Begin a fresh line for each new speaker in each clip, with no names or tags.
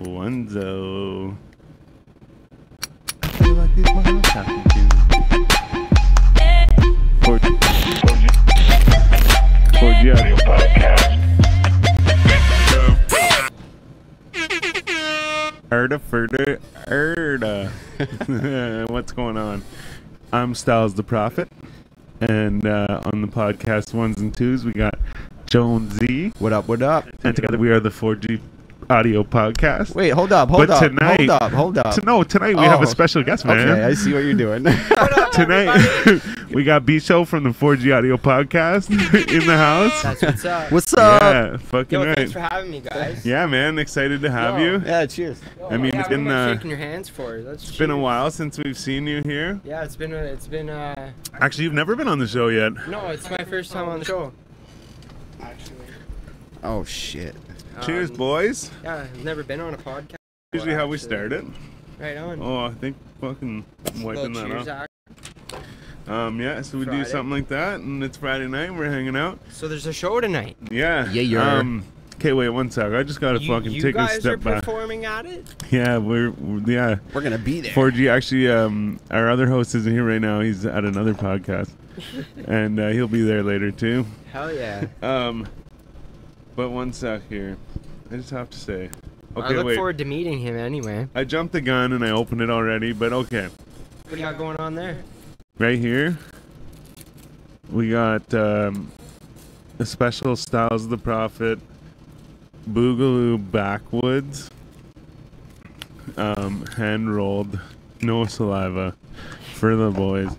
Onezo. I feel like these my talking to. Cor- Cordiality. Erda Ferda Erda. What's going on? I'm Styles the Prophet. And uh, on the podcast ones and twos, we got Joan Z.
What up? What up?
And together we are the 4G audio podcast.
Wait, hold up, hold
but
up,
tonight,
hold up, hold up.
To, no, tonight we have
Oh.
a special guest, man.
Okay, I see what you're doing.
tonight we got B Show from the 4G Audio Podcast in the house.
That's what's up.
What's up?
yeah, fucking
Yo,
right.
thanks for having me, guys.
yeah, man, excited to have
Yo.
you.
Yeah, cheers.
I mean,
yeah,
it's
what
been,
am I
uh,
shaking your hands for. That's
It's been a while since we've seen you here.
Yeah, it's been a, it's been uh
Actually, you've never been on the show yet.
no, it's my first time on the show.
Oh shit.
Cheers,
Um,
boys.
Yeah, I've never been on a podcast.
Usually how we
actually.
start it.
Right on.
Oh, I think fucking wiping
Little
that
cheers
off.
act.
Um, yeah, so we do
Friday.
something like that, and it's Friday night. We're hanging out.
So there's a show tonight.
Yeah.
Yeah, you're-
Um, okay, wait one sec. I just gotta
You,
fucking
you
take a
guys are
step back.
performing at it.
Yeah, we're, we're yeah.
We're gonna be there.
4G actually, um, our other host isn't here right now. He's at another podcast, and uh, he'll be there later too.
Hell yeah.
Um, but one sec here, I just have to say,
I
okay,
look
wait,
forward to meeting him anyway.
I jumped the gun and I opened it already, but okay,
What do you got going on there?
right here, we got um, a special Styles of the Prophet, Boogaloo Backwoods, um, hand rolled, no saliva, for the boys.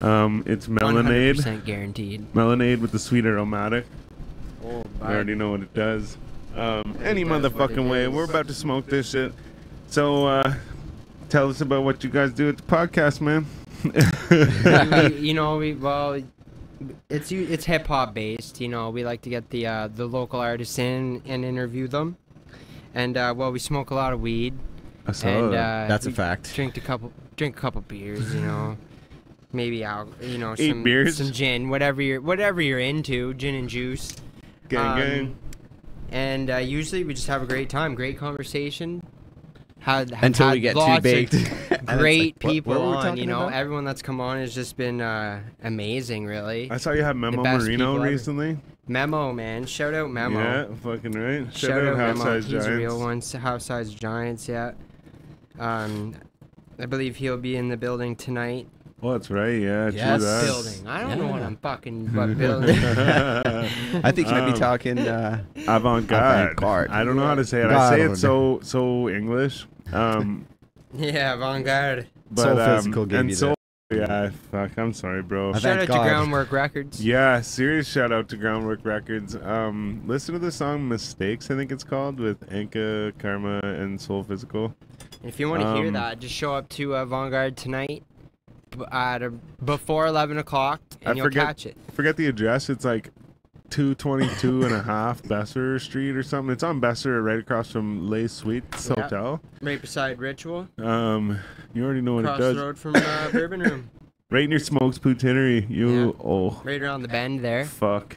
Um, it's melonade.
100% guaranteed.
Melonade with the sweet aromatic.
Oh,
I already know what it does. Um, any
does what it
motherfucking way.
is.
We're about to smoke this shit. So, uh, tell us about what you guys do at the podcast, man.
we, you know, we well, it's u- it's hip hop based. You know, we like to get the uh, the local artists in and interview them, and uh, well, we smoke a lot of weed
I saw
and
that.
uh,
Oh, That's a
we
fact.
Drink a couple drink a couple beers. You know, maybe out. You know,
Eight
some
beers?
some gin, whatever you're whatever you're into, gin and juice.
gang,
um,
gang.
And uh, usually we just have a great time, great conversation. Had, have
Until
had
we get too
lots of
baked. And it's like,
great
what- what
people
were we
on.
talking
You know,
about?
everyone that's come on has just been uh, amazing, really.
I saw you had Memo
best
Marino
people ever.
recently.
Memo, man, shout out Memo.
Yeah, fucking right.
Shout, out,
House
Memo.
Size
He's a real
Giants.
one. s- House size giants, yeah. Um, I believe he'll be in the building tonight.
Oh, that's right. Yeah,
Yes.
true
Building. I don't know what
Yeah.
I'm fucking what building.
that.
I think you might
Um,
be talking. Uh,
Avant garde.
Avant-garde.
I don't know how to say it. I say it so so English. Um,
yeah, avant-garde.
but
Soul
um,
Physical gave
and
you
so yeah, fuck. I'm sorry, bro.
I
Shout out
Avant-garde.
to Groundwork Records.
Yeah, serious shout out to Groundwork Records. Um, listen to the song "Mistakes," I think it's called, with Anka, Karma, and Soul Physical.
If you want to hear
Um,
that, just show up to uh, Vanguard tonight b- at a, before 11 o'clock, and
I
you'll
forget-
catch it.
Forget the address. It's like 222 and a half Besser Street or something. It's on Besser, right across from Les Suites
Yeah.
Hotel.
Right beside Ritual,
Um, you already know what
cross
it does.
the road from uh, Bourbon Room,
Right near Smokes Poutineery. You
Yeah.
oh
right around the bend there.
fuck.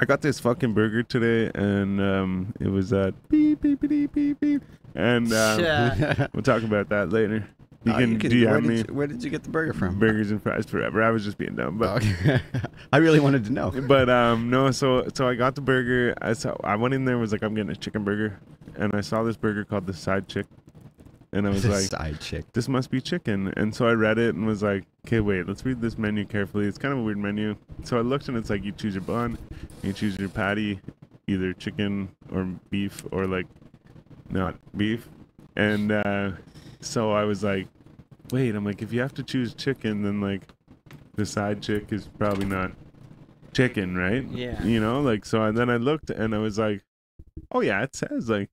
I got this fucking burger today, and um, it was at beep beep beep beep beep, and um,
Yeah.
Uh,
We'll talk about that later. You
Oh,
can,
where,
DM me
did you, where did you get the burger from?
burgers and fries forever. I was just being dumb,
Oh,
but
okay. I really wanted to know.
but um no. So so I got the burger. I saw I went in there was like I'm getting a chicken burger, and I saw this burger called the side chick, and I was
The
like
side chick.
this must be chicken. And so I read it and was like, okay, wait, let's read this menu carefully. It's kind of a weird menu. So I looked and it's like you choose your bun, you choose your patty, either chicken or beef or like not beef. And uh, so I was like, wait, I'm like, if you have to choose chicken, then like the side chick is probably not chicken, right?
Yeah.
You know, like, so I, then I looked and I was like, oh yeah, it says like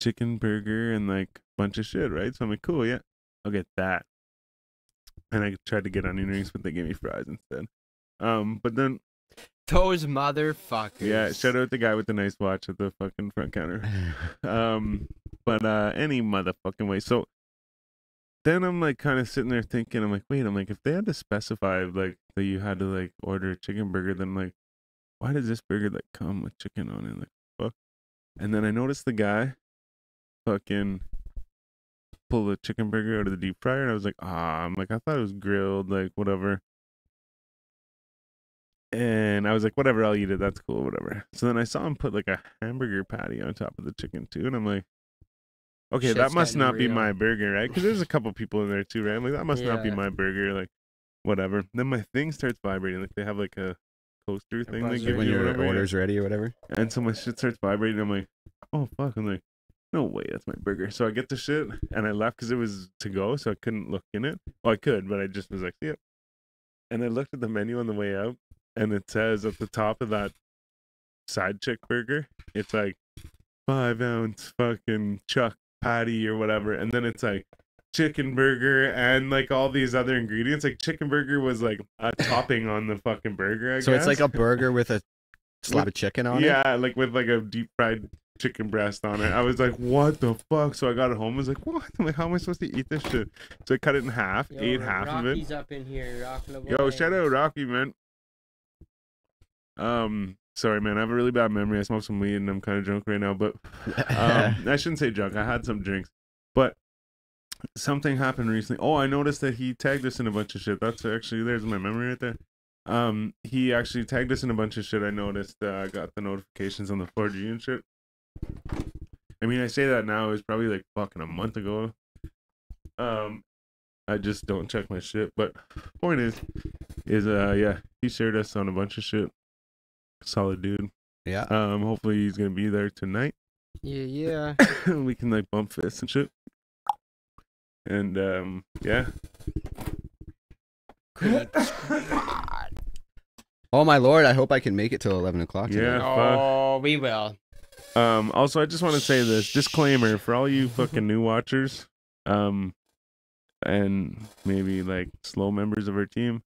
chicken burger and like bunch of shit, right? So I'm like, cool, yeah, I'll get that. And I tried to get onion rings, but they gave me fries instead. Um, but then
Those motherfuckers.
yeah, shout out the guy with the nice watch at the fucking front counter. Um, but uh, any motherfucking way. So then I'm like kind of sitting there thinking, I'm like, wait, I'm like, if they had to specify like that you had to like order a chicken burger, then like, why does this burger like come with chicken on it? Like, fuck. And then I noticed the guy fucking pull the chicken burger out of the deep fryer, and I was like, ah, I'm like, I thought it was grilled, like whatever. And I was like, whatever, I'll eat it. That's cool, whatever. So then I saw him put like a hamburger patty on top of the chicken too, and I'm like, okay, that
Shit's
must
gotten
not be
real.
my burger, right? Because there's a couple people in there too, right? I'm like, that must not be
Yeah.
my burger, like whatever. Then my thing starts vibrating, like they have like a coaster thing they
buzzer.
give
when
you,
your
whatever, yeah.
order's ready or whatever.
And so my shit starts vibrating. I'm like, oh fuck. I'm like, no way, that's my burger. So I get the shit and I left because it was to go, so I couldn't look in it. Well, I could, but I just was like, yep. And I looked at the menu on the way out, and it says at the top of that side chick burger, it's like five ounce fucking chuck patty or whatever, and then it's like chicken burger and like all these other ingredients. Like chicken burger was like a topping on the fucking burger. I
So it's
guess
like a burger with a slab of chicken on it.
yeah, like with like a deep fried chicken breast on it. I was like, what the fuck? So I got it home. I was like, what? I'm like, how am I supposed to eat this shit? So I cut it in half, ate half of it.
Rocky's up in here. Rocking the
Yo, shout out Rocky, man. Um, sorry, man. I have a really bad memory. I smoked some weed and I'm kind of drunk right now, but um, I shouldn't say drunk. I had some drinks, but something happened recently. Oh, I noticed that he tagged us in a bunch of shit. That's actually there's my memory right there. Um, he actually tagged us in a bunch of shit. I noticed. Uh, I got the notifications on the 4G and shit. I mean, I say that now. It was probably like fucking a month ago. Um, I just don't check my shit. But point is, is uh, yeah, he shared us on a bunch of shit. Solid dude.
yeah.
Um, hopefully he's gonna be there tonight
Yeah, yeah.
we can like bump fists and shit. And um, yeah.
Oh my lord! I hope I can make it till eleven o'clock.
Yeah.
Tonight.
fuck.
Oh, we will.
Um, also, I just want to say this disclaimer for all you fucking new watchers, um, and maybe like slow members of our team.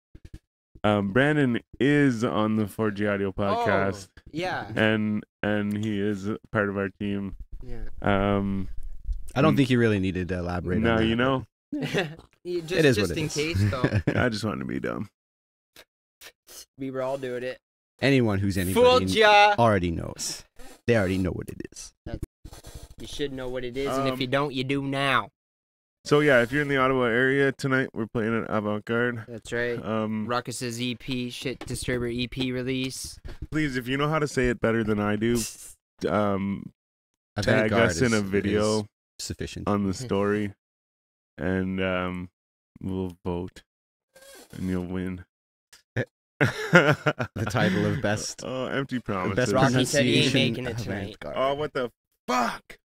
Um, Brandon is on the 4G Audio podcast,
Oh, yeah.
and and he is part of our team.
Yeah.
Um,
I don't think you really needed to elaborate.
now
on that.
you know.
You just
it is
just
what it
in
is.
case though.
I just wanted to be dumb.
we were all doing it.
Anyone who's
Fooled
anybody Oh.
ya.
already knows. They already know what it is.
You should know what it is, and
Um,
if you don't, you do now.
So yeah, if you're in the Ottawa area tonight, we're playing at Avant Garde.
That's right.
Um,
Ruckus's EP, Shit Disturber EP release.
please if you know how to say it better than i do um
Avant
tag
garde
us in a
is-
video
is sufficient.
on the story and um we'll vote and you'll win the
Eh. title of best-
oh empty
The
promises
best
Rocky said he ain't
pronunciation
making it
avant
tonight.
garde.
oh what the fuck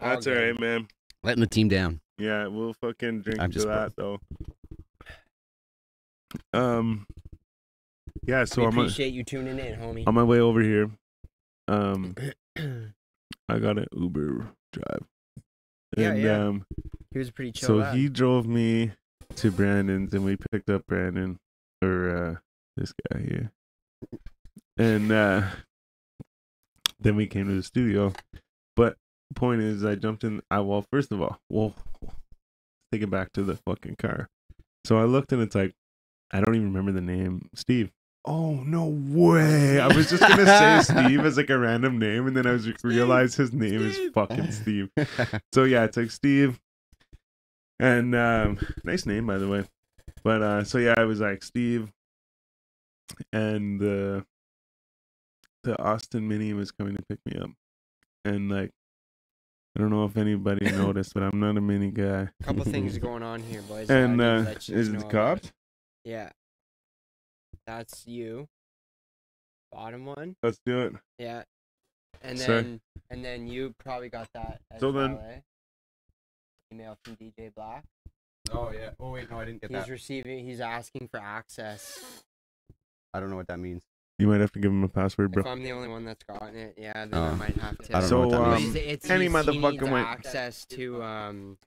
All
that's all
good.
right man
Letting the team down.
yeah we'll fucking drink
I'm
to
just
that though um yeah so
we
i'm on,
appreciate you tuning in, homie.
on my way over here um i got an uber drive
Yeah,
and
yeah.
um
he was a pretty chill.
So
lad.
he drove me to Brandon's, and we picked up Brandon or uh, this guy here, and uh, then we came to the studio. But point is, I jumped in. I well, first of all, well, take it back to the fucking car. So I looked, and it's like I don't even remember the name, Steve. Oh no way! I was just gonna say Steve as like a random name, and then I was realized his name is
Steve.
fucking Steve. So yeah, it's like Steve. And um nice name by the way. But uh so yeah, I was like Steve and the the Austin Mini was coming to pick me up. And like I don't know if anybody noticed, but I'm not a mini guy.
a couple things going on here, boys. that I
And
need to
uh
let you
is it
know
the
about.
cops?
Yeah. That's you. Bottom one.
Let's do it.
Yeah. And then
Sorry.
and then you probably got that. As
So then-
well, eh? email from DJ Black.
oh yeah. Oh wait, no, I didn't get
He's receiving. He's asking for access.
I don't know what that means.
You might have to give him a password,
If
bro.
I'm the only one that's gotten it, yeah, then I
Oh.
might have to.
I don't
So,
know what that
um,
means.
He's- it's,
any
he's- he
motherfucker
needs
went-
access to um.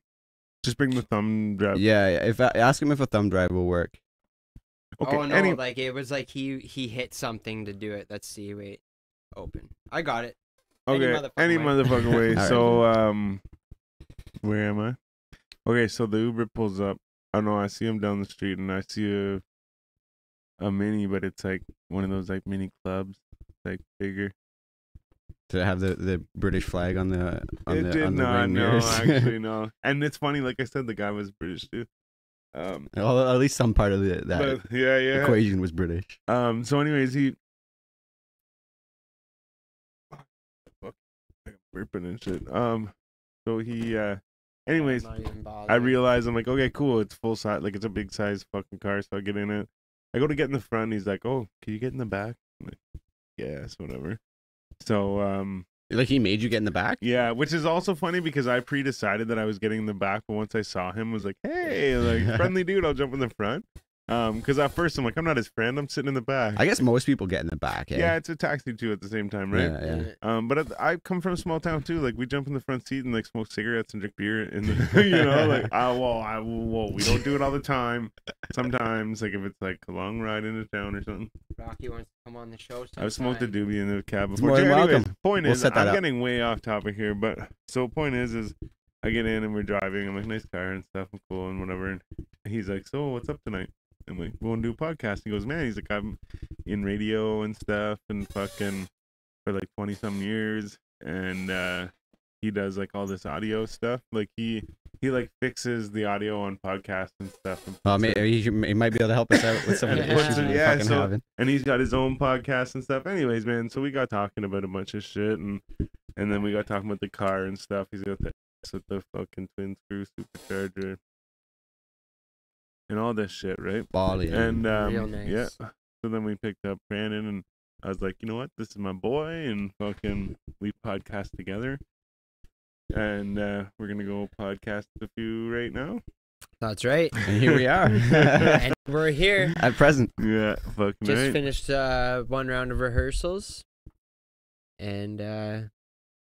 Just bring the thumb drive.
Yeah, yeah. If I, ask him if a thumb drive will work.
Okay.
oh no!
any-
Like it was like he he hit something to do it. Let's see. Wait. Open. I got it. any
Okay,
motherfucking
any
way.
motherfucking way.
Alright.
so, um, where am I? Okay, so the Uber pulls up. I know I see him down the street, and I see a a mini, but it's like one of those like mini clubs, like bigger.
to have the, the British flag on the on
it
the
did
on the
not.
ring
No,
mirrors.
actually, no. And it's funny, like I said, the guy was British too. Um,
Well, at least some part of the, that
but yeah, yeah.
equation was British.
Um. So, anyways, he. Fuck, I'm Burping and shit. Um. So he. uh Anyways, I realize I'm like, okay, cool. It's full size, like it's a big size fucking car. So I get in it. I go to get in the front. He's like, oh, can you get in the back? I'm like, yes, whatever. So um,
Like he made you get in the back.
yeah, which is also funny because I pre-decided that I was getting in the back, but once I saw him, I was like, hey, like friendly dude, I'll jump in the front. Um, because at first I'm like, I'm not his friend. I'm sitting in the back.
I guess most people get in the back. eh?
yeah. it's a taxi too at the same time, right?
yeah, yeah.
Um, but I I come from a small town too. Like we jump in the front seat and like smoke cigarettes and drink beer, and you know, like I well, I well, we don't do it all the time. Sometimes, like if it's like a long ride into town or something,
Rocky wants to come on the show. Sometime.
I've smoked a doobie in the cab before.
more
Too.
than
Anyways,
welcome.
Point
We'll
is,
set that
I'm
up.
getting way off topic here, but so point is, is I get in and we're driving. I'm like, nice car and stuff, I'm cool and whatever. And he's like, so what's up tonight? I'm like, going to do a podcast. He goes, man, he's like, I'm in radio and stuff and fucking for like 20 some years. And uh, he does like all this audio stuff. Like he, he like fixes the audio on podcasts and stuff. And
Oh, may, he, should- he might be able to help us out with some of the
Yeah.
issues we're
Yeah,
fucking
so-
having.
and he's got his own podcast and stuff. Anyways, man, so we got talking about a bunch of shit, and and then we got talking about the car and stuff. He's got the S with the fucking twin screw supercharger and all this shit, right?
Bali. eh?
And um,
Real nice.
yeah, so then we picked up Brandon, and I was like, you know what, this is my boy, and fucking we podcast together. And uh, we're gonna go podcast a few right now.
That's right.
And here we are
and we're here.
at present.
Yeah, fucking
Just
right.
finished uh, one round of rehearsals, and uh,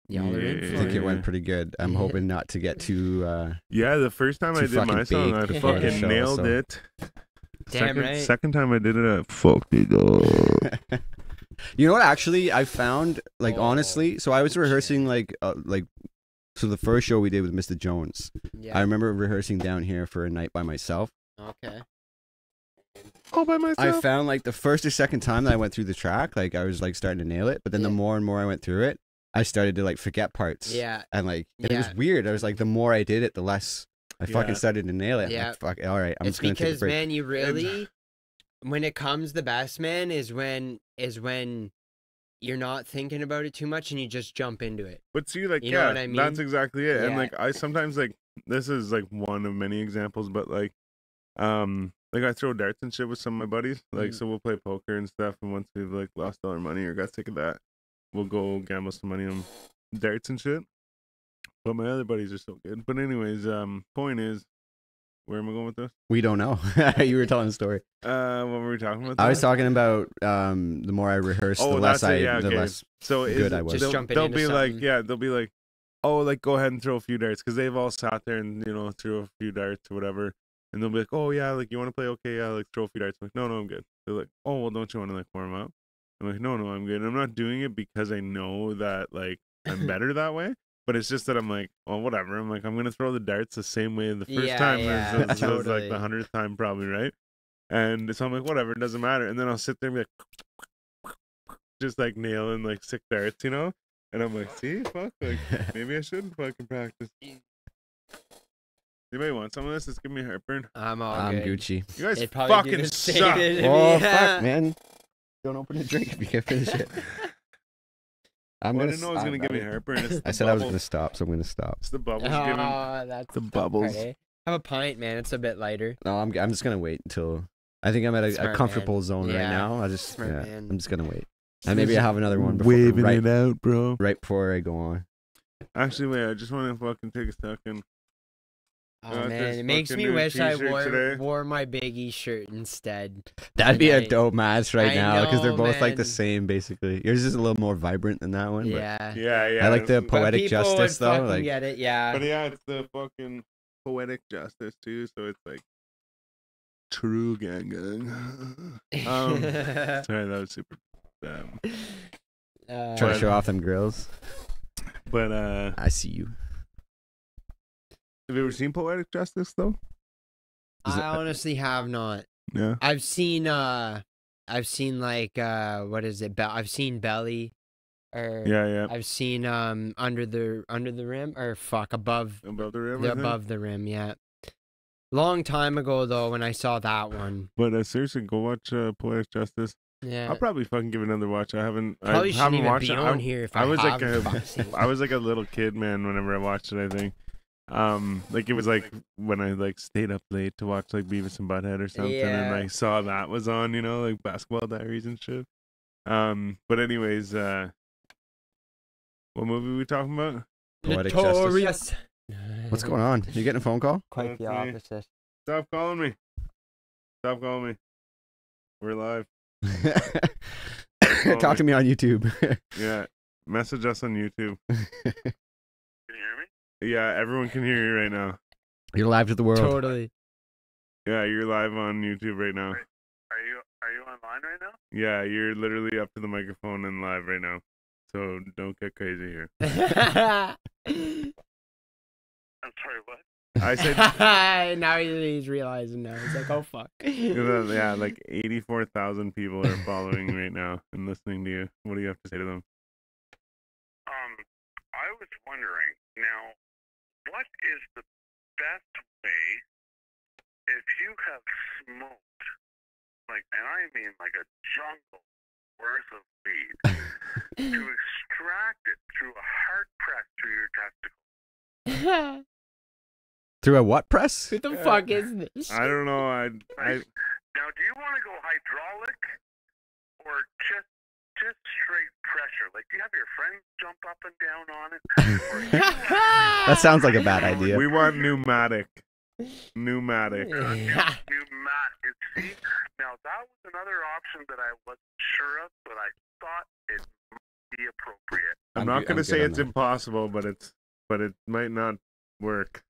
y'all are in
Yeah.
for
I think
it.
it went pretty good. I'm hoping not to get too. Uh,
Yeah, the first time I
Too
did my
fucking
song, I
big
for the
fucking
show,
nailed
so-
it.
Damn
second,
right.
Second time I did it, I fucked it up.
you know what? Actually, I found like
Oh,
honestly. So I was
shit.
rehearsing like uh, like. So the first show we did with Mr. Jones, I
Yeah.
remember rehearsing down here for a night by myself.
okay.
All by
I
myself.
found like the first or second time that I went through the track, like I was like starting to nail it. But then the
Yeah.
more and more I went through it, I started to like forget parts.
Yeah.
And like and it was
Yeah.
weird. I was like, the more I did it, the less I
Yeah.
fucking started to nail it. I'm
Yeah.
Like, Fuck. All right. I'm
it's
just gonna take a
because
break.
man, you really when it comes the best man is when is when you're not thinking about it too much and you just jump into it.
But see, like,
You know
yeah,
what I
that's
mean?
exactly it. And
Yeah.
like, I sometimes like this is like one of many examples, but like, um, like I throw darts and shit with some of my buddies. Like,
Mm.
so we'll play poker and stuff. And once we've like lost all our money or got sick of that, we'll go gamble some money on darts and shit. But my other buddies are so good. But anyways, um, point is, where am I going with this?
we don't know. you were telling a story.
Uh, what were we talking about?
I was
there?
talking about um, the more I rehearsed,
Oh,
the less
that's it,
I,
yeah,
the
okay.
less.
So
Good,
is,
I will.
They'll,
Just
jumping
they'll
into
be like,
something.
yeah, they'll be like, oh, like go ahead and throw a few darts because they've all sat there and you know threw a few darts or whatever, and they'll be like, oh yeah, like you want to play? Okay, yeah, like throw a few darts. I'm like, no, no, I'm good. They're like, oh well, don't you want to like warm up? I'm like, no, no, I'm good. And I'm not doing it because I know that like I'm better that way. But it's just that I'm like, well, whatever. I'm like, I'm gonna throw the darts the same way the first
Yeah,
time
yeah,
as, as- as, like
totally.
the hundredth time, probably right. And so I'm like, whatever, it doesn't matter. And then I'll sit there and be like, just like nailing like sick darts, you know? And I'm like, see, fuck, like maybe I should fucking practice. Anybody want some of this? It's giving me heartburn.
I'm all
I'm
good.
Gucci.
You guys
It'd probably do
fucking
the same
suck.
to me,
Oh
yeah.
fuck, man! Don't open a drink if you can't finish it. I'm
Well, I
gonna.
didn't know it was
stop.
gonna give me heartburn. It's the
I said I
bubbles.
was gonna Ah. stop, so I'm gonna stop.
It's the bubbles giving.
Oh, that's
The
tough
bubbles.
part, eh? Have a pint, man. It's a bit lighter.
No, I'm. I'm just gonna wait until. I think I'm at a,
Smart
a
man.
comfortable zone right
Yeah.
now. I just.
Smart
yeah,
man.
I'm just gonna wait, and maybe I have another one before
Waving
right,
it out, bro.
right before I go on.
Actually, wait. I just want to fucking take a second.
Oh
Uh, this
man, it makes
fucking
me
new
wish I
t-shirt
wore
today.
wore my Big E shirt instead.
That'd be a
Tonight.
dope match right
I
now because they're
know,
both like the
man.
same basically. Yours is a little more vibrant than that one. but-
yeah.
Yeah, yeah.
I like the
But-
But
poetic
people would
justice though.
fucking
Like
get it, yeah.
But yeah, it's the fucking poetic justice too. So it's like true gang gang. um, Sorry, that was super. Um,
Uh,
But-
trying to show off them grills.
but uh,
I see you.
have you ever seen poetic justice though?
Is it- uh,
I honestly have not.
Yeah.
I've seen uh I've seen like uh what is it? Be- I've seen Belly. Or
Yeah, yeah.
I've seen um under the under the rim or fuck above
Above the rim. I
the
think.
above the rim. Yeah. Long time ago though, when I saw that one.
But uh, seriously, go watch uh, Poetic Justice.
Yeah.
I'll probably fucking give it another watch. I haven't.
Probably
I
shouldn't
haven't
even
watched
be
it. I-
on here if I,
I was like
have
a-
fucking seen
I
it.
was like a little kid, man. Whenever I watched it, I think, um, like it was like when I like stayed up late to watch like Beavis and Butthead or something,
Yeah.
and I saw that was on, you know, like Basketball Diaries and shit. Um, but anyways, uh, what movie we talking about?
Poetic justice.
Notorious.
What's going on? You getting a phone call?
Quite the
That's me.
opposite.
Stop calling me. Stop calling me. We're live.
Talk to me on YouTube.
Yeah. Message us on YouTube. Can you hear me? Yeah, everyone can hear you right now.
You're live to the world.
Totally.
Yeah, you're live on YouTube right now.
Are you are you online right now?
Yeah, you're literally up to the microphone and live right now. So don't get crazy here.
I'm sorry, what?
I said
now he's, he's realizing now. He's like, oh fuck.
yeah, like 84,000 people are following right now and listening to you. What do you have to say to them?
Um, I was wondering now, what is the best way if you have smoked like, and I mean like a jungle worth of weed, to extract it through a hard press through your testicle?
Who
Through a what press?
the fuck is this?
I don't know. I I
Now, do you want to go hydraulic or just just straight pressure? Like, do you have your friends jump up and down on it? Or you
That sounds like a bad idea.
we want pneumatic. Pneumatic.
pneumatic. See, now that was another option that I wasn't sure of, but I thought it might be appropriate.
I'm,
I'm
not
good-
going
I'm
to say
good on
it's
that.
impossible, but it's but it might not work.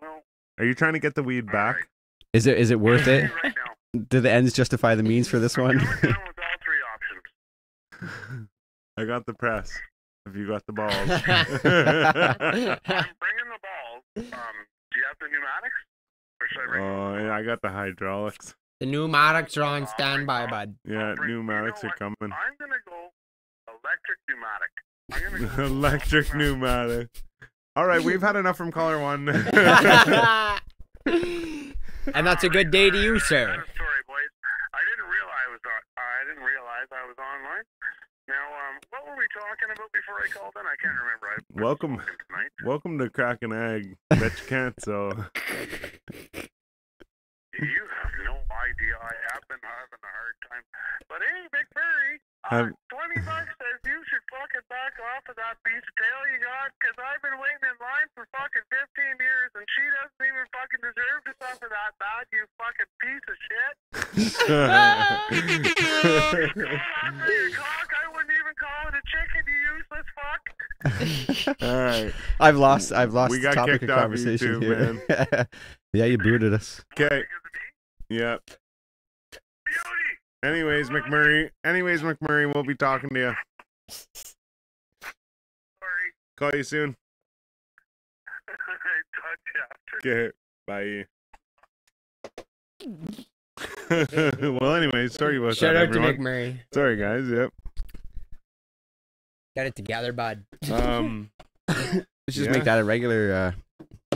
Well,
Are you trying to get the weed back?
Is it is it worth it?
Right now,
Do the ends justify the means for this
I'm
one?
coming down with all three options.
I got the press. Have you got the balls?
I'm bringing the balls. Um, do you have the pneumatics? Or should I bring?
oh, yeah, I got the hydraulics.
the pneumatics are on standby, bud.
Yeah,
bring- you know
pneumatics are
what?
coming.
I'm gonna go electric pneumatic. I'm gonna go with
Electric pneumatic. All right, we've had enough from caller one.
and that's a good day to you, sir.
I'm sorry, boys. I didn't realize I was on, I didn't realize I was online. Now, um, what were we talking about before I called in? I can't remember. I I was
Welcome.
smoking tonight.
Welcome to Crack an Egg. Bet you can't, so.
You have no idea. I have been having a hard time. But hey, Big Furry, uh,
Have-
twenty bucks says you should fucking back off of that piece of tail you got, 'cause I've been waiting in line for fucking fifteen years, and she doesn't even fucking deserve to suffer that bad. You fucking piece of shit.
All
After your cock, I wouldn't even call it a chicken. You useless fuck.
right.
I've lost I've lost
We
the
got
topic of
kicked off
conversation
YouTube,
here. yeah, you booted us.
Okay.
Because of me.
Yep.
Beauty.
Anyways, McMurray. Anyways, McMurray, we'll be talking to you.
Sorry.
Call you soon.
I touch after.
Okay. Bye. well, anyways, sorry about
Shout
that,
out
everyone.
to McMurray.
Sorry, guys. Yep.
Got it together, bud.
Um.
Let's just
Yeah.
make that a regular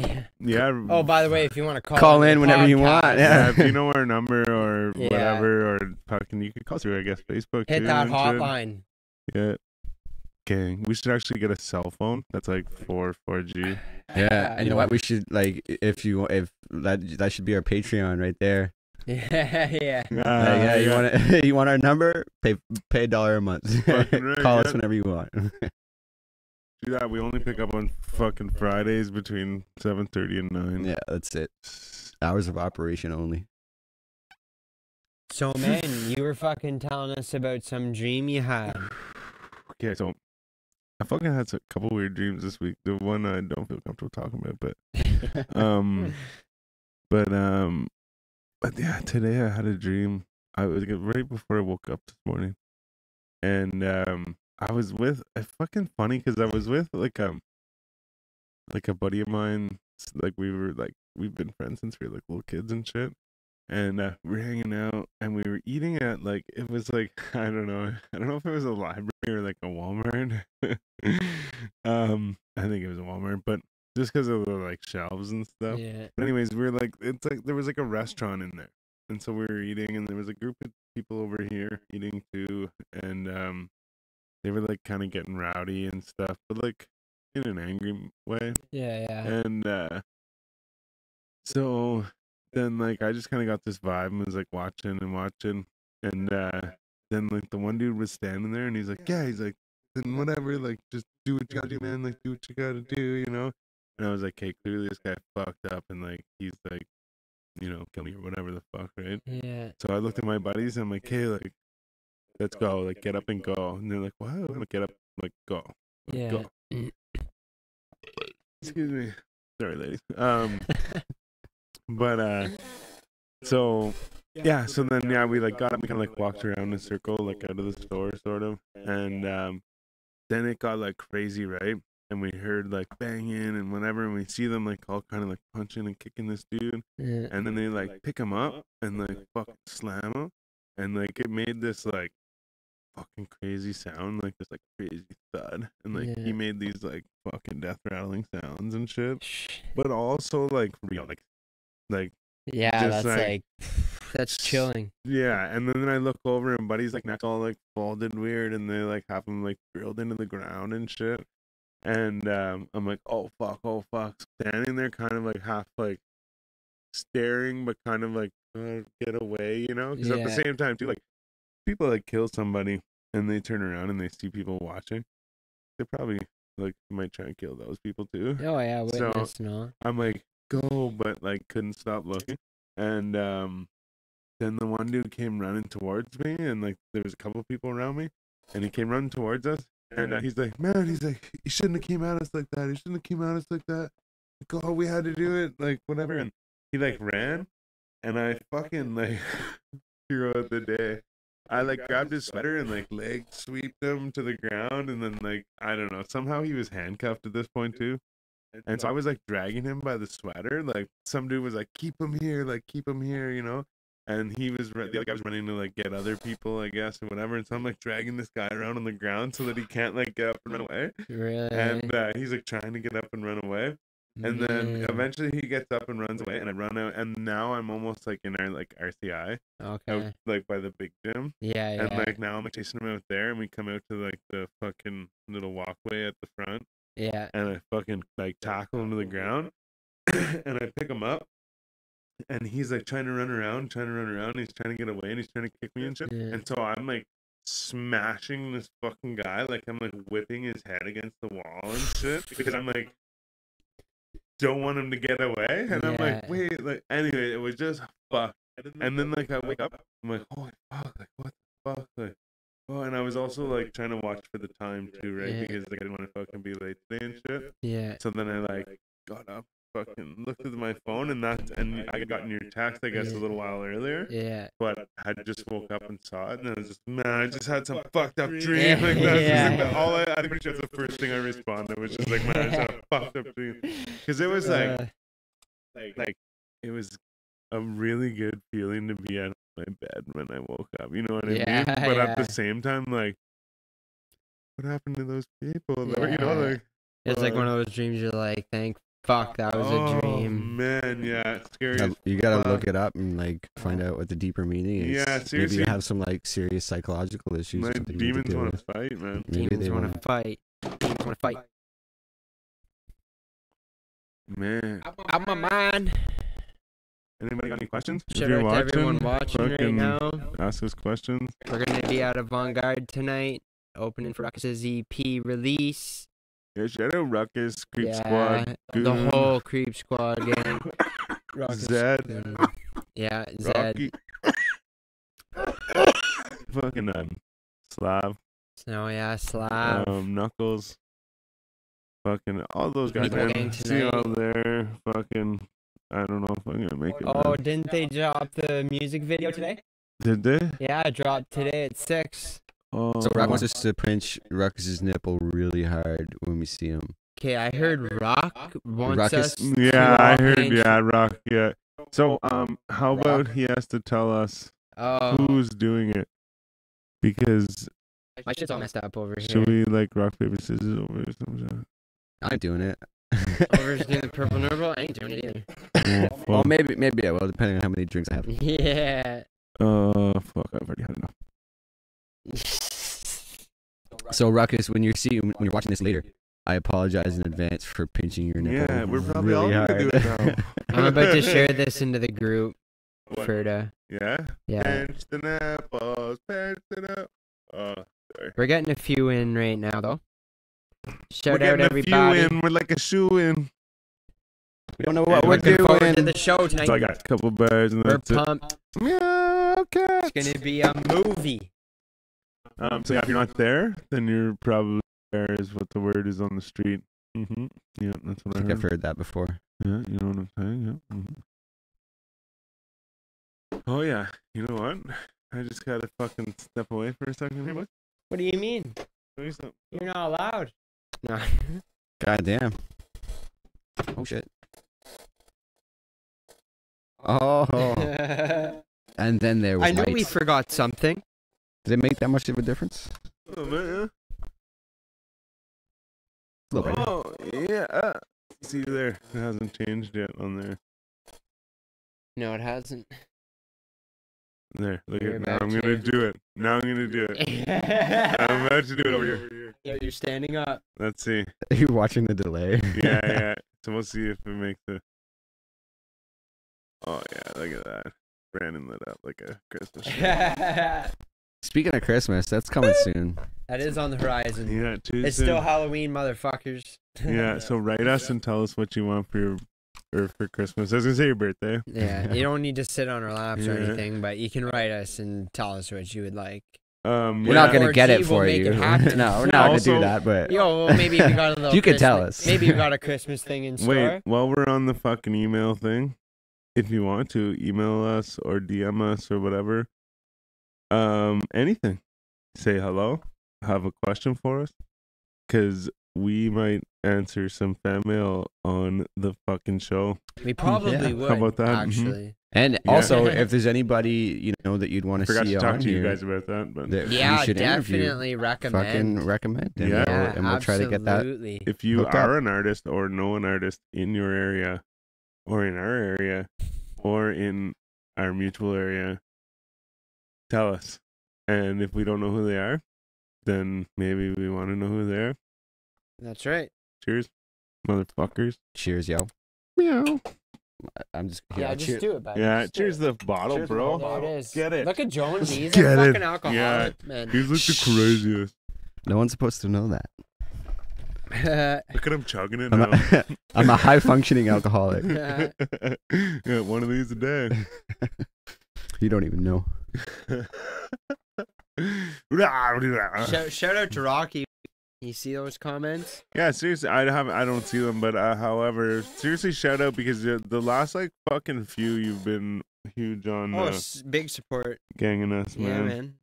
uh,
Yeah.
Oh, by the way, if you want to call,
Call in
the
whenever you want,
podcast,
yeah.
yeah, if you know our number or
Yeah.
whatever, or fucking you can call through, I guess, Facebook.
Hit
too,
that
and shit.
hotline.
Yeah. Okay, we should actually get a cell phone that's like four four G.
Yeah, and you know what? We should like if you if that that should be our Patreon right there.
Yeah, yeah.
Uh, yeah,
Ah,
you want to you want our number? Pay pay a dollar a month.
Fucking right,
Call
yeah. Mm-hmm.
us whenever you want.
do that? We only pick up on fucking Fridays between seven thirty and nine.
yeah, that's it. Hours of operation only.
So man, you were fucking telling us about some dream you had.
Okay, so I fucking had a couple weird dreams this week. The one I don't feel comfortable talking about, but um but um but yeah today i had a dream i was like, right before i woke up this morning and um i was with it's fucking funny because i was with like um like a buddy of mine s- like we were like we've been friends since we were like little kids and shit and uh, we we're hanging out and we were eating at like it was like I don't know I don't know if it was a library or like a Walmart. um, I think it was a Walmart, but just because of the like shelves and stuff.
Yeah.
But anyways, we were like, it's like there was like a restaurant in there, and so we were eating, and there was a group of people over here eating too, and um, they were like kind of getting rowdy and stuff, but like in an angry way,
Yeah, yeah.
and uh, so then like I just kind of got this vibe and was like watching and watching, and uh, then like the one dude was standing there, and he's like, yeah, he's like, then whatever, like just do what you gotta do, man, like do what you gotta do, you know. And I was like, okay, clearly this guy fucked up and like he's like, you know, kill me or whatever the fuck, right?
Yeah.
So I looked at my buddies and I'm like, hey, like, let's go, like get up and go. And they're like, wow, I'm like, get up, like go. Like,
Yeah.
Go. Excuse me. Sorry, ladies. Um but uh so yeah, so then yeah, we like got up and kinda like walked around in a circle, like out of the store sort of. And um then it got like crazy, right? And we heard like banging and whatever, and we see them like all kind of like punching and kicking this dude
yeah.
and then they like pick him up and like fucking slam him, and like it made this like fucking crazy sound, like this like crazy thud, and like
Yeah.
he made these like fucking death rattling sounds and shit,
Shh.
but also like real, like like
Yeah,
Just
that's
like-
like, that's chilling.
yeah. And then I look over and Buddy's like neck all like folded weird, and they like have him like drilled into the ground and shit. And um, I'm like, oh fuck, oh fuck, standing there, kind of like half like staring, but kind of like uh, get away, you know? Because at
Yeah.
the same time, too, like people like kill somebody and they turn around and they see people watching, they probably like might try and kill those people too.
Oh yeah,
So-
witness no.
I'm like, go, but like couldn't stop looking. And um then the one dude came running towards me and like there was a couple people around me and he came running towards us and uh, he's like, Man, he's like, You shouldn't have came at us like that. You shouldn't have came at us like that. Like, oh, we had to do it, like whatever. And he like ran and I fucking like throughout the day. I like grabbed his sweater and like leg sweeped him to the ground and then like I don't know, somehow he was handcuffed at this point too. And so I was like dragging him by the sweater. Like some dude was like, keep him here, like keep him here, you know? And he was ru- the other guy was running to like get other people, I guess, or whatever. And so I'm like dragging this guy around on the ground so that he can't like get up and run away.
Really.
And uh, he's like trying to get up and run away. And
Mm.
then eventually he gets up and runs away, and I run out. And now I'm almost like in our like RCI,
Okay.
out, like by the big gym.
yeah, yeah.
And like now I'm chasing him out there, and we come out to like the fucking little walkway at the front
yeah.
and I fucking like tackle him to the ground and I pick him up and he's like trying to run around, trying to run around, he's trying to get away and he's trying to kick me and shit.
Yeah.
And so I'm like smashing this fucking guy, like I'm like whipping his head against the wall and shit because I'm like don't want him to get away. And I'm like,
Yeah.
wait, like anyway, it was just fucked. And then like I wake up, I'm like, holy fuck, like what the fuck? Like Oh, and I was also like trying to watch for the time too, right?
Yeah.
Because like I didn't want to fucking be late today and shit.
Yeah.
So then I like got up, fucking looked at my phone, and that's and I had gotten your text, I guess, a
Yeah.
little while earlier.
Yeah.
But I just woke up and saw it, and I was just man, I just had some fucked up dream.
Yeah.
Like that's just, like,
Yeah.
the- all I, I'm pretty sure that's the first thing I responded was just like man, I just had a fucked up dream because it was like
Uh,
like it was a really good feeling to be at my bed when I woke up. You know what I mean?
Yeah,
But at the
yeah.
same time, like, what happened to those people? Like, You know,
Yeah.
like
it's like one of those dreams you're like, thank fuck, that was a dream.
Oh, Man, yeah, it's scary.
Now,
as
you gotta
fuck.
look it up and like find out what the deeper meaning is.
uh, Yeah,
Maybe
seriously.
you have some like serious psychological issues.
My
that you need to
demons
deal
want to
with.
fight, man.
Maybe
Demons
they
want
wanna-
to fight. Demons want to fight.
Man,
Out my mind.
anybody got any questions?
Shout out to everyone watching right
fucking
now.
ask us questions.
We're gonna be out of Vanguard tonight, opening for Ruckus's EP release.
Yeah, shout out Ruckus, Creep
yeah,
Squad,
the
Goon.
whole Creep Squad gang.
Zed,
Goon. Yeah, Zed.
Rocky, fucking um, Slav.
So yeah, Slav.
um, Knuckles, fucking all those guys,
People
man.
gang
See you
tonight.
out there, fucking. I don't know if I'm gonna make it.
oh,
man.
didn't they drop the music video today?
Did they?
Yeah, it dropped today at six.
Oh,
So Rock wants us to pinch Ruckus's nipple really hard when we see him.
Okay, I heard Rock wants
Rock is-
us. to
Oh. yeah, I
all
heard.
pinch-
Yeah, Rock. Yeah, So, um, how about he has to tell us
Oh,
who's doing it? Because
my shit's all messed up over here.
should we like rock paper scissors over or something?
I'm doing it.
Over's doing the purple nurgle. I ain't doing it either.
well,
fuck.
maybe maybe I will, depending on how many drinks I have.
Yeah.
Uh, fuck! I've already had enough.
So Ruckus, when you see when you're watching this later, I apologize in advance for pinching your nipple.
Yeah, we're probably
really
all gonna do
hard.
it now.
I'm about to share this into the group
What?
for to
Yeah.
yeah.
Pinch the nipples, pinch the nip- Uh,
We're getting a few in right now though.
we're
Shout out
getting a few
everybody.
in. We're like a shoe in.
we don't know what we're
Looking forward to
doing.
the show tonight.
So I got a couple birds and
We're
that's it.
pumped.
Meow cats.
It's gonna be a movie.
Um, so yeah, if you're not there, then you're probably there is what the word is on the street. Mm-hmm. Yeah, that's what
I
I
think I've
heard.
heard that before.
Yeah, you know what I'm saying. Yeah. mhm. Oh yeah, you know what? I just gotta fucking step away for a second. Hey, what?
What do you mean?
What is that?
You're not allowed. No.
God damn. Oh shit. Oh. and then there was
I knew we
lights.
forgot something.
Did it make that much of a difference?
Oh man.
A little bit.
Oh yeah. uh, See there, it hasn't changed yet on there.
No, it hasn't.
There, look
You're
at now.
about
I'm
to-
gonna do it. Now I'm gonna do it. I'm
You're
about to do it over here.
standing up.
Let's see.
You're watching the delay.
Yeah, yeah. So we'll see if we make the. Oh yeah, look at that. Brandon lit up like a Christmas. tree.
that
Speaking of Christmas, that's coming soon.
is on the horizon.
yeah, Tuesday.
It's still Halloween, motherfuckers.
yeah. So write us and tell us what you want for your or for Christmas. I was gonna say your birthday.
Yeah, you don't need to sit on our laps or
Yeah.
anything, but you can write us and tell us what you would like.
Um,
We're not
yeah.
gonna
Or
get
G
it
will
for
make
you.
it happen.
no, we're not
Also-
gonna do that. But
Yo, well, maybe we got a little.
You could tell
Christmas-
us.
Maybe we got a Christmas thing in store.
Wait, while we're on the fucking email thing, if you want to email us or DM us or whatever, um, anything, say hello, have a question for us, because we might answer some fan mail on the fucking show.
we probably
Yeah. How Mm-hmm.
would.
about that? Mhm.
Actually,
and
Yeah.
also, if there's anybody you know that you'd want
I
to
forgot
see
to
on
talk to you
here
guys about that, but
that
yeah,
we should interview,
definitely recommend.
fucking recommend them,
Yeah.
and we'll- and we'll try to get that.
absolutely.
if you
Hook up.
are an artist or know an artist in your area or in our area or in our mutual area tell us and if we don't know who they are then maybe we want to know who they are
That's right.
cheers motherfuckers
Cheers, yo.
meow
I'm just
Yeah, just
cheers.
do it, buddy.
yeah
Just do
cheers
it.
to the bottle
Cheers to the
bro
bottle.
There it is.
Get it.
Look at Jones. He's
Get
a
it.
fucking alcoholic,
he's like the
Shh.
craziest
No one's supposed to know that. Uh.
man.
look at him chugging it
I'm
now
a, I'm a high functioning alcoholic.
yeah, one of these a day
You don't even know.
shout, shout out to Rocky. You see those comments?
Yeah, seriously, I have I don't see them, but uh, however, seriously, shout out because the, the last like fucking few you've been huge on
Oh,
uh,
s- big support.
ganging us,
Yeah,
man.
man.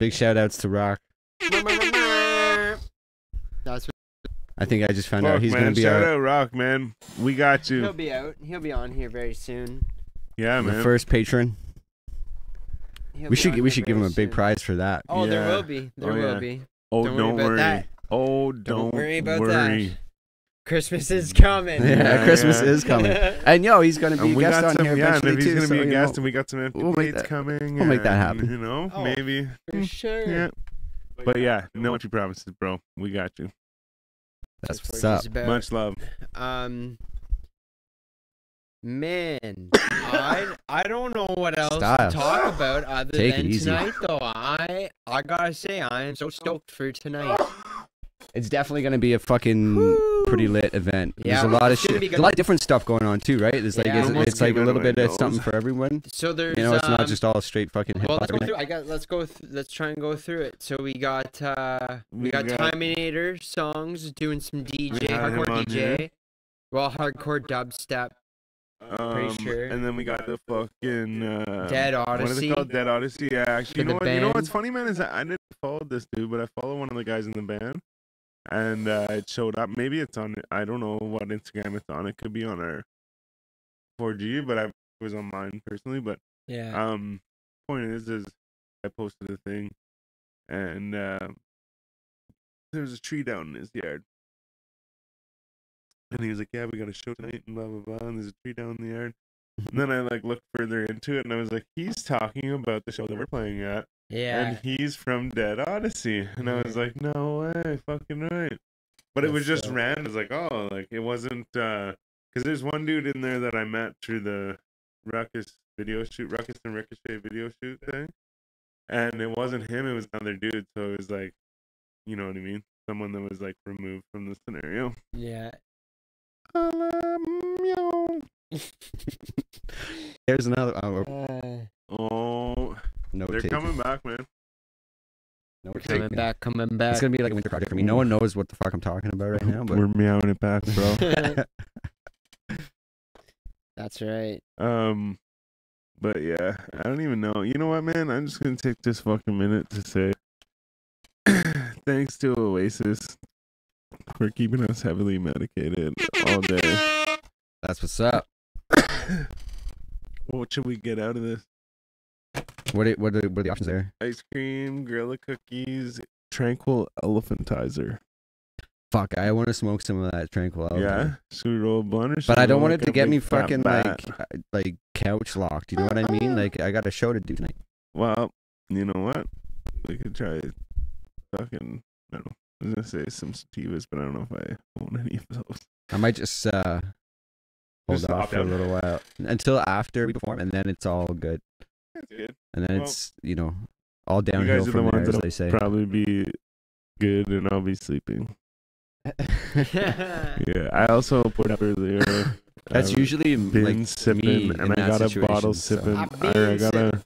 Big shout outs to Rock.
That's what,
I think I just found
Fuck,
out he's
man.
gonna be
shout
our,
out Rock, man. We got
he'll
you.
be out. He'll be on here very soon.
Yeah,
the
man.
first patron. we
He'll be
should
on
gi- we
here
should give him
very
a big
soon.
prize for that.
Oh, there
Yeah.
will be. There
Oh,
will
yeah.
be.
oh,
don't
don't,
worry about
worry.
that.
Oh, don't,
worry about
worry.
that. Christmas is coming.
Yeah,
Yeah,
Christmas
yeah.
is coming. And yo, he's gonna be
And
a
we
guest
got
on
some,
here
yeah, and
eventually
if he's
too.
gonna
so
be a
you
guest,
know,
and we got some empty
we'll make
dates
that-
coming.
we'll make that
and,
happen.
You know,
Oh.
maybe.
for
Mm.
sure.
Yeah. But yeah, know what you promised, bro. We got you.
that's
That's
what's
what
up.
he's about.
Much love.
Um, man, I I don't know what else
Style.
to talk about other
Take it
than
easy.
tonight. Though I I gotta say I am so stoked for tonight.
It's definitely gonna be a fucking Mm, pretty lit event.
Yeah.
There's a lot of
It's gonna
shit.
be
There's a lot of different stuff going on too, right? There's like
Yeah.
it's,
Almost
it's like a
giving
little
away
bit of
those.
something for everyone.
So there's
You know, it's
um,
not just all straight fucking hip
Well,
hop.
let's go through. I got. Let's go. Th- let's try and go through it. So we got. uh We,
We
got,
got-
Timinator songs doing some DJ
had him
hardcore
on
DJ.
here.
Well, hardcore dubstep,
Um,
sure.
And then we got the fucking uh,
Dead
What is
Odyssey.
it called? Dead Odyssey. Yeah, actually,
For
you know
the
what? You know what's
band.
funny, man, is that I didn't follow this dude, but I follow one of the guys in the band, and uh, it showed up. Maybe it's on. I don't know what Instagram it's on. It could be on our 4G, but I was on mine personally. But
Yeah.
um, point is, is I posted a thing, and uh, there was a tree down in his yard, and he was like, "Yeah, we got a show tonight," and blah blah blah. And there's a tree down in the yard. And then I like looked further into it, and I was like, "He's talking about the show that we're playing at."
yeah. Mm-hmm.
and he's from Dead Odyssey. And I was like, no way, fucking right. But it was
That's
just
dope.
random. It's like, oh, like it wasn't because there's one dude in there that I met through the Ruckus video shoot, Ruckus and Ricochet video shoot thing, and it wasn't him. It was another dude. So it was like, you know what I mean? Someone that was like removed from the scenario.
yeah.
There's another. Oh, we're-
Uh,
Oh,
no
they're
taking.
coming back, man.
No
coming
taking.
back, coming back.
It's gonna be like a winter project for me. No one knows what the fuck I'm talking about right now, but
We're meowing it back, bro.
That's right.
Um, but yeah, I don't even know. You know what, man? I'm just gonna take this fucking minute to say thanks to Oasis for keeping us heavily medicated all day.
that's what's up.
what should we get out of this?
What are, what are, what are the options there?
Ice cream, gorilla cookies, tranquil elephantizer.
Fuck, I want to smoke some of that tranquil.
Yeah, should we roll a blunt or
But I
should
don't
we
want
wake
it to
up
get me
like fat
fucking
bat?
like uh, like couch locked. You know what I mean? Like I got a show to do tonight.
Well, you know what? We could try fucking. I don't know. I was gonna say some sativas, but I don't know if I own any of those.
I might just uh hold
Just
off
opt
for a
out.
little while until after we perform, and then it's all good.
That's good.
And then
Well,
it's you know all downhill
guys are the
from there,
ones
as
that'll
they say.
probably be good and I'll be sleeping. Yeah. I also put up earlier.
That's
I've
usually
been
like me
sipping
in
and I
that
got a
situation,
bottle
so-
sipping
I've
or I
been
got a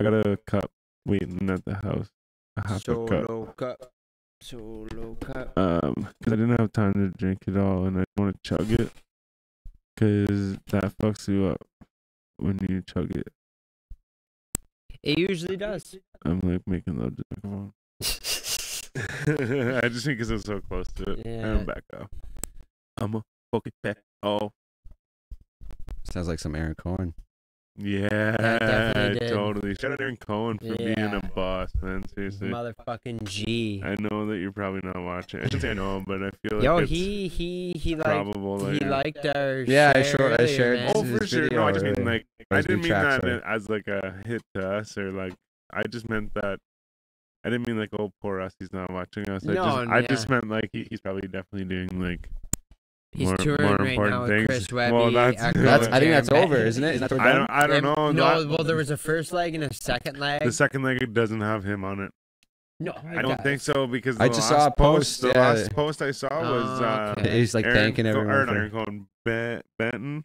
I got a cup waiting at the house. A half a cup.
Solo cup. Solo cup.
Um, 'cause I didn't have time to drink it all and I didn't want to chug it. Cause that fucks you up when you chug it.
It usually does.
I'm like making love to the microphone. I just think because I'm so close to it. And
Yeah.
I'm back off. I'm a fucking back off.
Sounds like some Aaron Cohen.
Yeah,
definitely did.
totally. Shout out Aaron Cohen for being
Yeah.
a boss, man. Seriously.
Motherfucking G.
I know that you're probably not watching. I should say no, but I feel like
Yo,
it's
he he he liked
probable.
he
that-
liked our
Yeah, I
share
showed- I
earlier,
shared
man.
Oh,
his
for sure. No, I just mean
video,
like
or
I
his new
didn't mean that
track, sorry.
as like a hit to us or like I just meant that I didn't mean like oh poor us he's not watching us. I
No,
just I
yeah.
just meant like he, he's probably definitely doing like
He's
more,
touring
more
right
important
now with
things.
Chris
well,
Webby,
that's,
Echo
That's I think
Yeah,
that's
man.
over, isn't it? Isn't that what we're
I
done?
don't I don't know.
No,
that-
well, there was a first leg and a second leg.
the second leg doesn't have him on it.
no,
I don't think so because the
I
last
just saw a
post.
post,
The
yeah.
last post I saw was
Oh,
uh,
okay.
He's like
Aaron
thanking
Co-
everyone.
Or not
for-
Aaron Cohen, ben, Benton,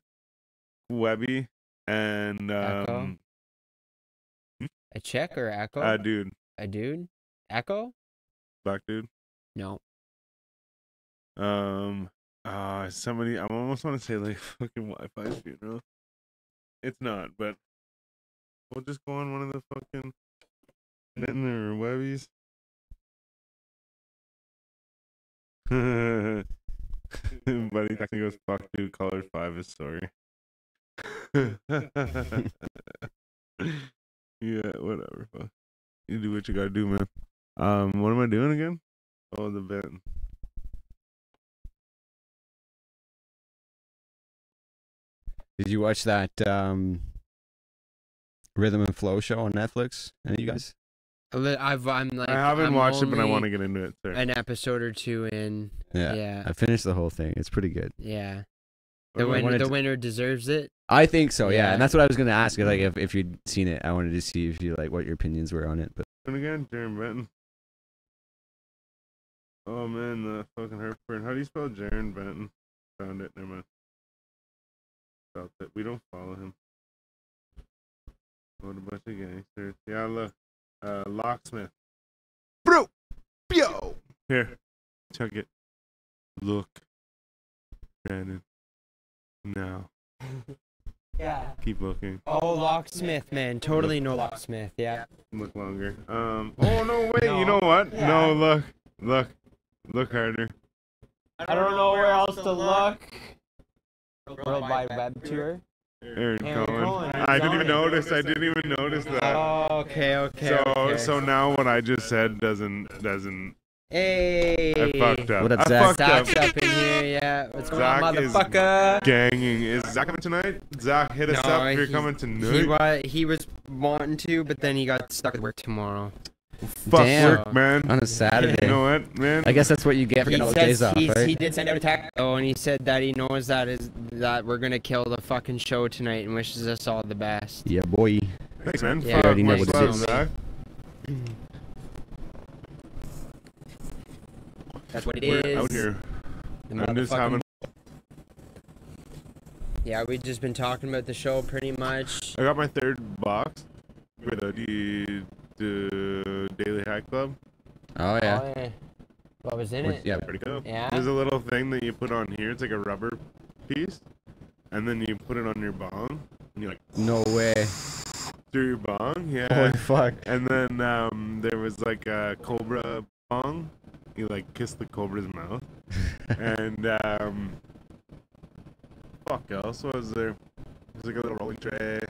Webby, and
Echo?
um,
A check or echo?
uh, dude,
a dude? Echo?
black dude.
No.
Um, uh, somebody. I almost want to say like fucking Wi-Fi funeral. It's not, but we'll just go on one of the fucking Benton or Webby's. Buddy technically goes fuck dude. Caller five is sorry. yeah, whatever. Fuck. You do what you gotta do, man. Um, what am I doing again? Oh, the Benton.
Did you watch that um Rhythm and Flow show on Netflix? Any of you guys?
A li- I've, I'm like
I haven't
I'm
watched it, but I
only
want to get into it. Sorry.
an episode or two in. Yeah, yeah.
I finished the whole thing. It's pretty good.
The
I
winner,
wanted
the
to-
winner deserves it.
I think so, yeah.
Yeah.
And that's what I was gonna ask. Like if, if you'd seen it, I wanted to see if you like what your opinions were on it. But
And again, Jaren Benton. Oh man, the fucking heartburn. How do you spell Jaren Benton? Found it. Never mind. Felt it. We don't follow him. What a bunch of gangsters. Yeah, look. Uh, locksmith. Bro, yo. Here, check it. Look, Brandon. Now,
Yeah.
keep looking.
Oh, locksmith, man. Totally no locksmith. Yeah.
look longer. Um. Oh no! Wait. You know
No.
what?
Yeah.
No. Look. Look. Look harder.
I don't know where else to look. World Wide Web Tour.
Aaron
Aaron
Cohen.
Cohen,
I didn't even
Arizona.
notice. I didn't even notice that.
Oh, okay, okay.
So
okay.
so now what I just said doesn't doesn't.
Hey.
I fucked up.
What up,
I
Zach?
fucked up.
Zach's up in here, yeah. What's going on,
Zach is-
motherfucker?
Ganging. Is Zach coming tonight? Zach, hit us up if you're
he's-
coming
He
tonight.
was, he was wanting to, but then he got stuck at work tomorrow.
Fuck
Damn.
work, man.
on a Saturday.
You know what, man?
I guess that's what you get for
He
getting all the
says
days off,
he's- He
right?
did send out a text, oh, and he said that he knows that is that we're gonna kill the fucking show tonight and wishes us all the best.
Yeah, boy.
Thanks, man.
Yeah, I
Fuck,
already know
much
what it
love,
is.
Zach.
That's what it
We're
is.
out here.
The
I'm just
motherfucking-
having.
Yeah, we've just been talking about the show pretty much.
I got my third box for the, the Daily Hack Club.
Oh yeah.
Oh, yeah. What was in
What-
it?
yeah.
Pretty cool.
Yeah?
There's a little thing that you put on here. It's like a rubber piece, and then you put it on your bong, and you like
No way.
through your bong, yeah.
Holy fuck.
And then um, there was like a cobra bong. You like kiss the cobra's mouth, and um, fuck else was there? There's like a little rolling tray,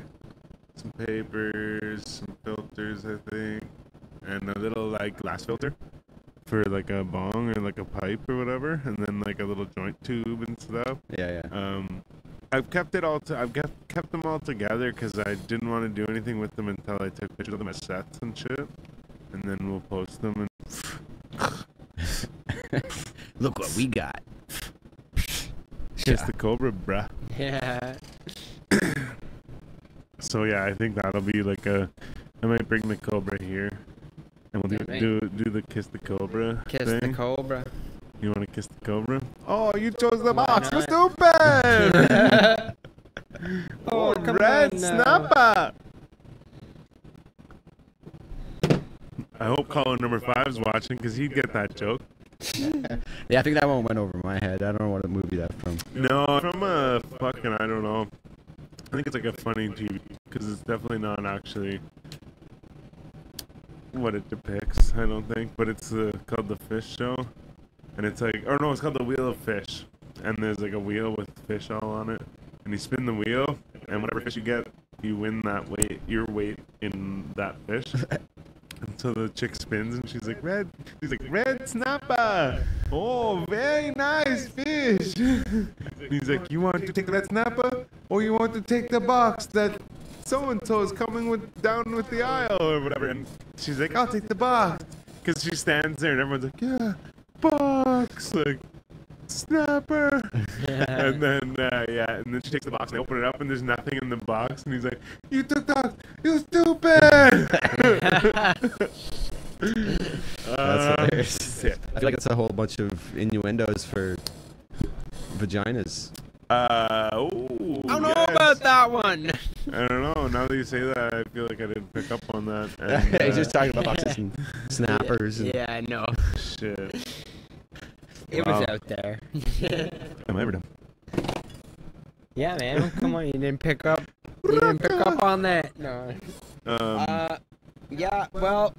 some papers, some filters, I think, and a little like glass filter for like a bong or like a pipe or whatever, and then like a little joint tube and stuff.
Yeah, yeah.
Um, I've kept it all. To, I've kept kept them all together because I didn't want to do anything with them until I took pictures of them as sets and shit, and then we'll post them. And
Look what we got.
kiss the cobra, bruh.
Yeah.
So yeah, I think that'll be like a. I might bring the cobra here, and we'll do
Alright.
do, do the kiss the cobra
Kiss
thing.
the cobra.
you want to kiss the cobra? Oh, you chose the
Why
box. You're stupid.
not? Oh, come
Red
on now.
snapper. I hope caller number five's watching because he'd get that joke.
Yeah, I think that one went over my head. I don't know what movie that from.
No, from a fucking I don't know. I think it's like a funny TV because it's definitely not actually what it depicts. I don't think, but it's uh, called the Fish Show, and it's like, or no, it's called the Wheel of Fish, and there's like a wheel with fish all on it, and you spin the wheel, and whatever fish you get, you win that weight, your weight in that fish. And so the chick spins and she's like, red. She's like, red snapper. Oh, very nice fish. And he's like, you want to take that snapper or you want to take the box that so and so is coming with down with the aisle or whatever? And she's like, I'll take the box. Because she stands there and everyone's like, yeah, box. Like, snapper. and then, uh, yeah, and then she takes the box and they open it up and there's nothing in the box. And he's like, you took the box. You stupid.
That's
Uh,
hilarious.
yeah.
I feel like it's a whole bunch of innuendos for vaginas.
Uh, ooh,
I don't know
yes.
about that one.
I don't know. Now that you say that, I feel like I didn't pick up on that. And,
He's
uh,
just talking about boxes and snappers. And
Yeah, I know.
shit.
It
Wow.
was out there.
I'm ever done.
yeah, man. Come on, you didn't pick up. You didn't pick up on that. No.
Um,
Uh, yeah. Well,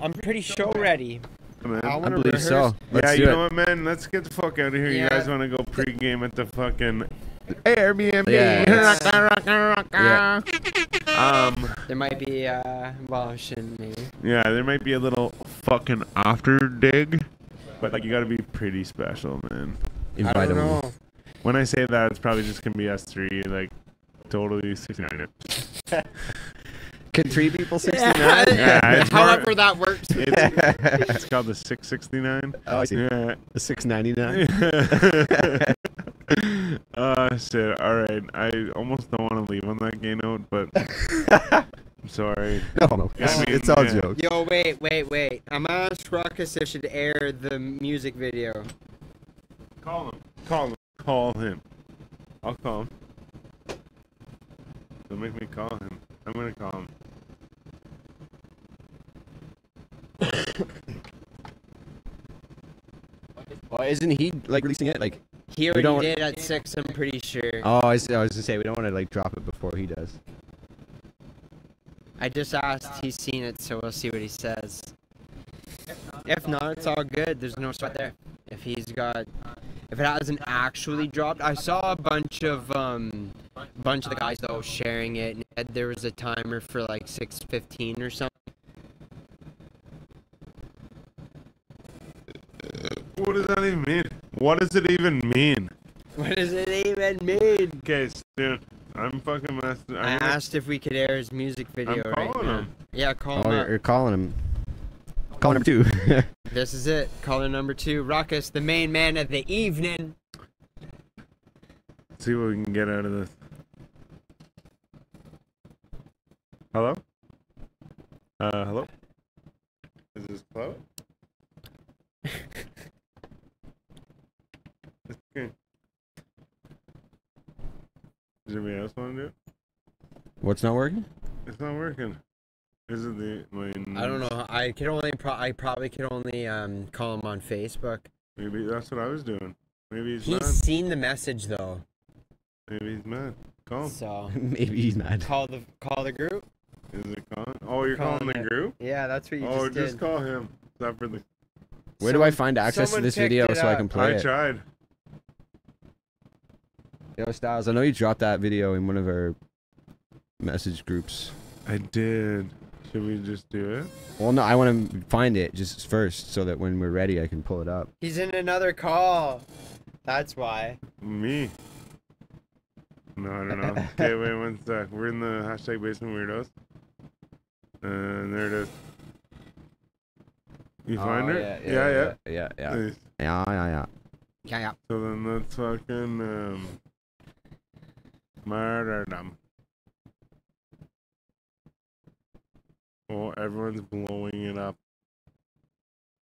I'm pretty show ready.
man.
I
I
want to
believe
rehearse.
so. Let's
yeah,
do
you
it.
know what, man? Let's get the fuck out of here.
Yeah.
You guys want to go pregame at the fucking Airbnb?
Yeah, it's-
Rocka, rocka, rocka. Um,
There might be. Uh, well, I shouldn't maybe.
yeah, there might be a little fucking after dig, but like you got to be pretty special, man.
Invite
I don't
him.
know.
When I say that, it's probably just gonna be us three, like totally 69.
Can three people
Yeah,
69?
Yeah, it's more-
however that works.
It's, it's called the 669.
Oh, I see.
Yeah.
The 699?
uh, shit. All right. I almost don't want to leave on that gay note, but I'm sorry.
No, no.
Yeah, I
It's,
mean,
it's all
yeah.
jokes.
Yo, wait, wait, wait. I'm gonna ask Ruckus if should air the music video.
Call him. Call him. Call him. I'll call him. Don't make me call him. I'm gonna call him.
Well, Oh, isn't he like releasing it? Like,
He
We
already
don't-
did at six. I'm pretty sure.
oh, I was, I was gonna say we don't want to like drop it before he does.
I just asked. He's seen it, so we'll see what he says. If If not, it's all good. There's no sweat there. If he's got, if it hasn't actually dropped, I saw a bunch of um, bunch of the guys though sharing it, and it said there was a timer for like 6:15 or something.
What does that even mean? What does it even mean?
What does it even mean?
Okay, so, dude, I'm fucking messed. I'm,
I asked if we could air his music video
I'm
right
calling
now.
him.
Yeah, call
Oh,
him.
you're,
up.
you're calling him. Call number two.
This is it. Caller number two, Ruckus, the main man of the evening.
see what we can get out of this. Hello? Uh, hello? Is this Chloe? okay. Does anybody else want to do it?
What's not working?
It's not working. Is it the my
I don't know. I could only. Pro- I probably could only um, call him on Facebook.
Maybe that's what I was doing. Maybe he's
He's
mad.
seen the message though,
Maybe he's mad. Call. him.
so
Maybe he's not.
call the call the group.
Is it calling? Oh, you're
Calling
calling the
it.
group?
Yeah, that's what you
Oh,
just
just,
did.
call him. Not for the.
Where do I find access to
someone
this
picked
video
it
so I
up.
can
I
play it?
tried.
Yo, Styles, I know you dropped that video in one of our message groups.
I did. Should we just do it?
Well, no, I want to find it just first so that when we're ready, I can pull it up.
He's in another call. That's why.
Me. No, I don't know. okay, wait one sec. We're in the hashtag basement weirdos. And there it is. You find
Oh,
her?
Yeah, yeah, yeah, yeah,
Nice.
yeah, yeah, yeah.
Yeah, yeah.
So then let's fucking um, martyrdom. Oh, everyone's blowing it up.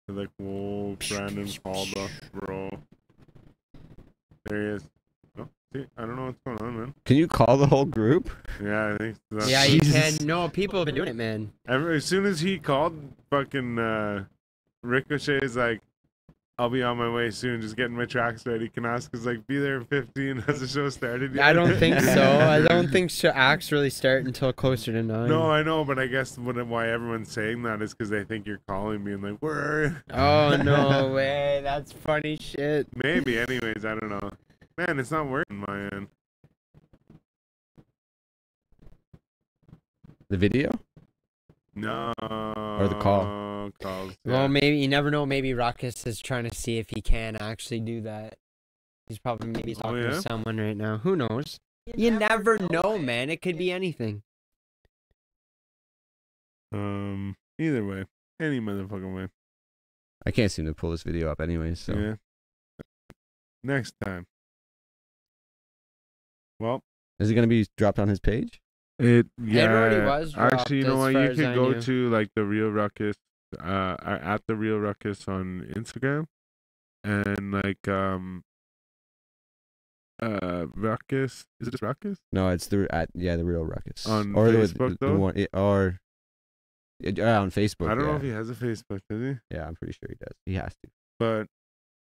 They're like, whoa, Brandon Falda, bro. There he is. Oh, see, I don't know what's going on, man.
Can you call the whole group?
Yeah, I think that's...
Yeah, you
Jesus.
can. No, people have been doing it, man.
Every, as soon as he called, fucking uh, Ricochet is like, I'll be on my way soon, just getting my tracks ready. Kanask is like, be there in 15 as the show started.
I don't think so. I don't think sh- acts really start until closer to nine.
No, I know, but I guess what, why everyone's saying that is because they think you're calling me and like, where are you?
Oh no way! That's funny shit.
Maybe, anyways, I don't know. Man, it's not working my end.
The video?
No.
Or the call.
Calls.
Well, maybe you never know. Maybe Ruckus is trying to see if he can actually do that. He's probably maybe
Oh,
talking
yeah?
to someone right now. Who knows? You, never, know, man. It could be anything.
Um. Either way, any motherfucking way.
I can't seem to pull this video up anyway, so.
Yeah. Next time. Well,
Is it going to be dropped on his page?
It yeah.
It already was dropped,
Actually, you know
as
what?
far
You
as
could
I
go
knew.
to like the Real Ruckus, uh, uh, at the Real Ruckus on Instagram, and like um, uh, Ruckus. Is it just Ruckus?
No, it's the at yeah the real ruckus
On
the-
Facebook,
the,
though?
one, yeah, or yeah, on Facebook.
I don't
yeah.
know if he has a Facebook, does he?
yeah, I'm pretty sure he does. He has to.
But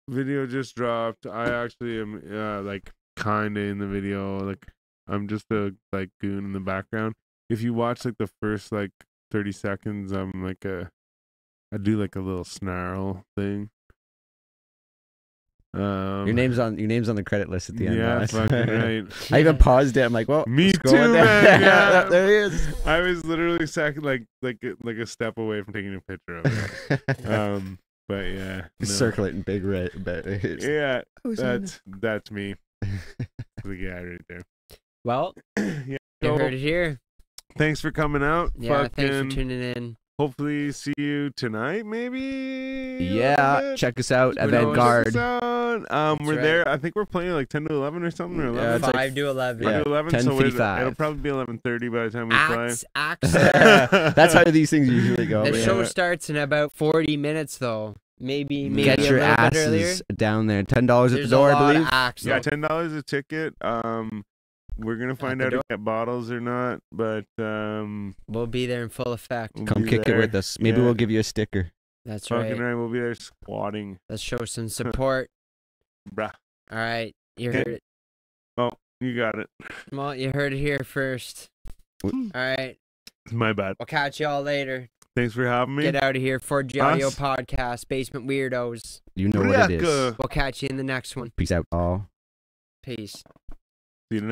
video just dropped. I actually am uh, like kinda in the video. Like I'm just a like goon in the background. If you watch like the first like 30 seconds, I'm like a I do like a little snarl thing. Um,
your name's on your name's on the credit list at the end.
yeah,
guys.
fucking right.
I even paused it. I'm like, well,
Me
scroll
too,
down.
man, yeah.
there he is.
I was literally second, like like like a step away from taking a picture of it. um, but yeah, no.
Circle it in big red. But it's,
Yeah,
I was on
that's that's me, the guy right there.
Well,
yeah.
you
so
heard it here.
thanks for coming out.
Yeah,
Fucking-
thanks for tuning in.
hopefully see you tonight, maybe. a little
yeah,
bit.
check us out,
Who knows?
Avant
Check us
Garde.
out. Um,
That's
we're
right.
there. I think we're playing like ten to eleven or something, or
Yeah,
eleven.
it's like-
Five to eleven.
Five
yeah,
to eleven. So it?
10:55.
it'll probably be eleven thirty by the time we
Acts, acts.
Yeah.
fly.
That's how these things usually
Oh,
go.
uh, the
yeah.
man.
show starts in about forty minutes, though. Maybe, maybe
Get
a
your
little bit earlier.
asses down there. Ten dollars at the
There's a
door,
lot
I
of
believe.
acts,
Yeah,
though.
ten dollars a ticket. Um, we're gonna find
the
out
door.
if we get bottles or not, but um,
We'll be there in full effect.
we'll
Come
be
kick
there.
it with us. Maybe
Yeah.
we'll give you a sticker.
That's
Fucking
right.
right, we'll be there squatting,
Let's show some support.
bruh.
All right, you
Okay.
heard it.
You got it.
Well, you heard it here first.
W-
All right,
My bad.
we'll catch y'all later.
Thanks for having me.
Get out of here for Audio
Us?
Podcast, Basement Weirdos.
You know what it is.
Booyaka.
We'll catch you in the next one.
Peace out, all.
Peace.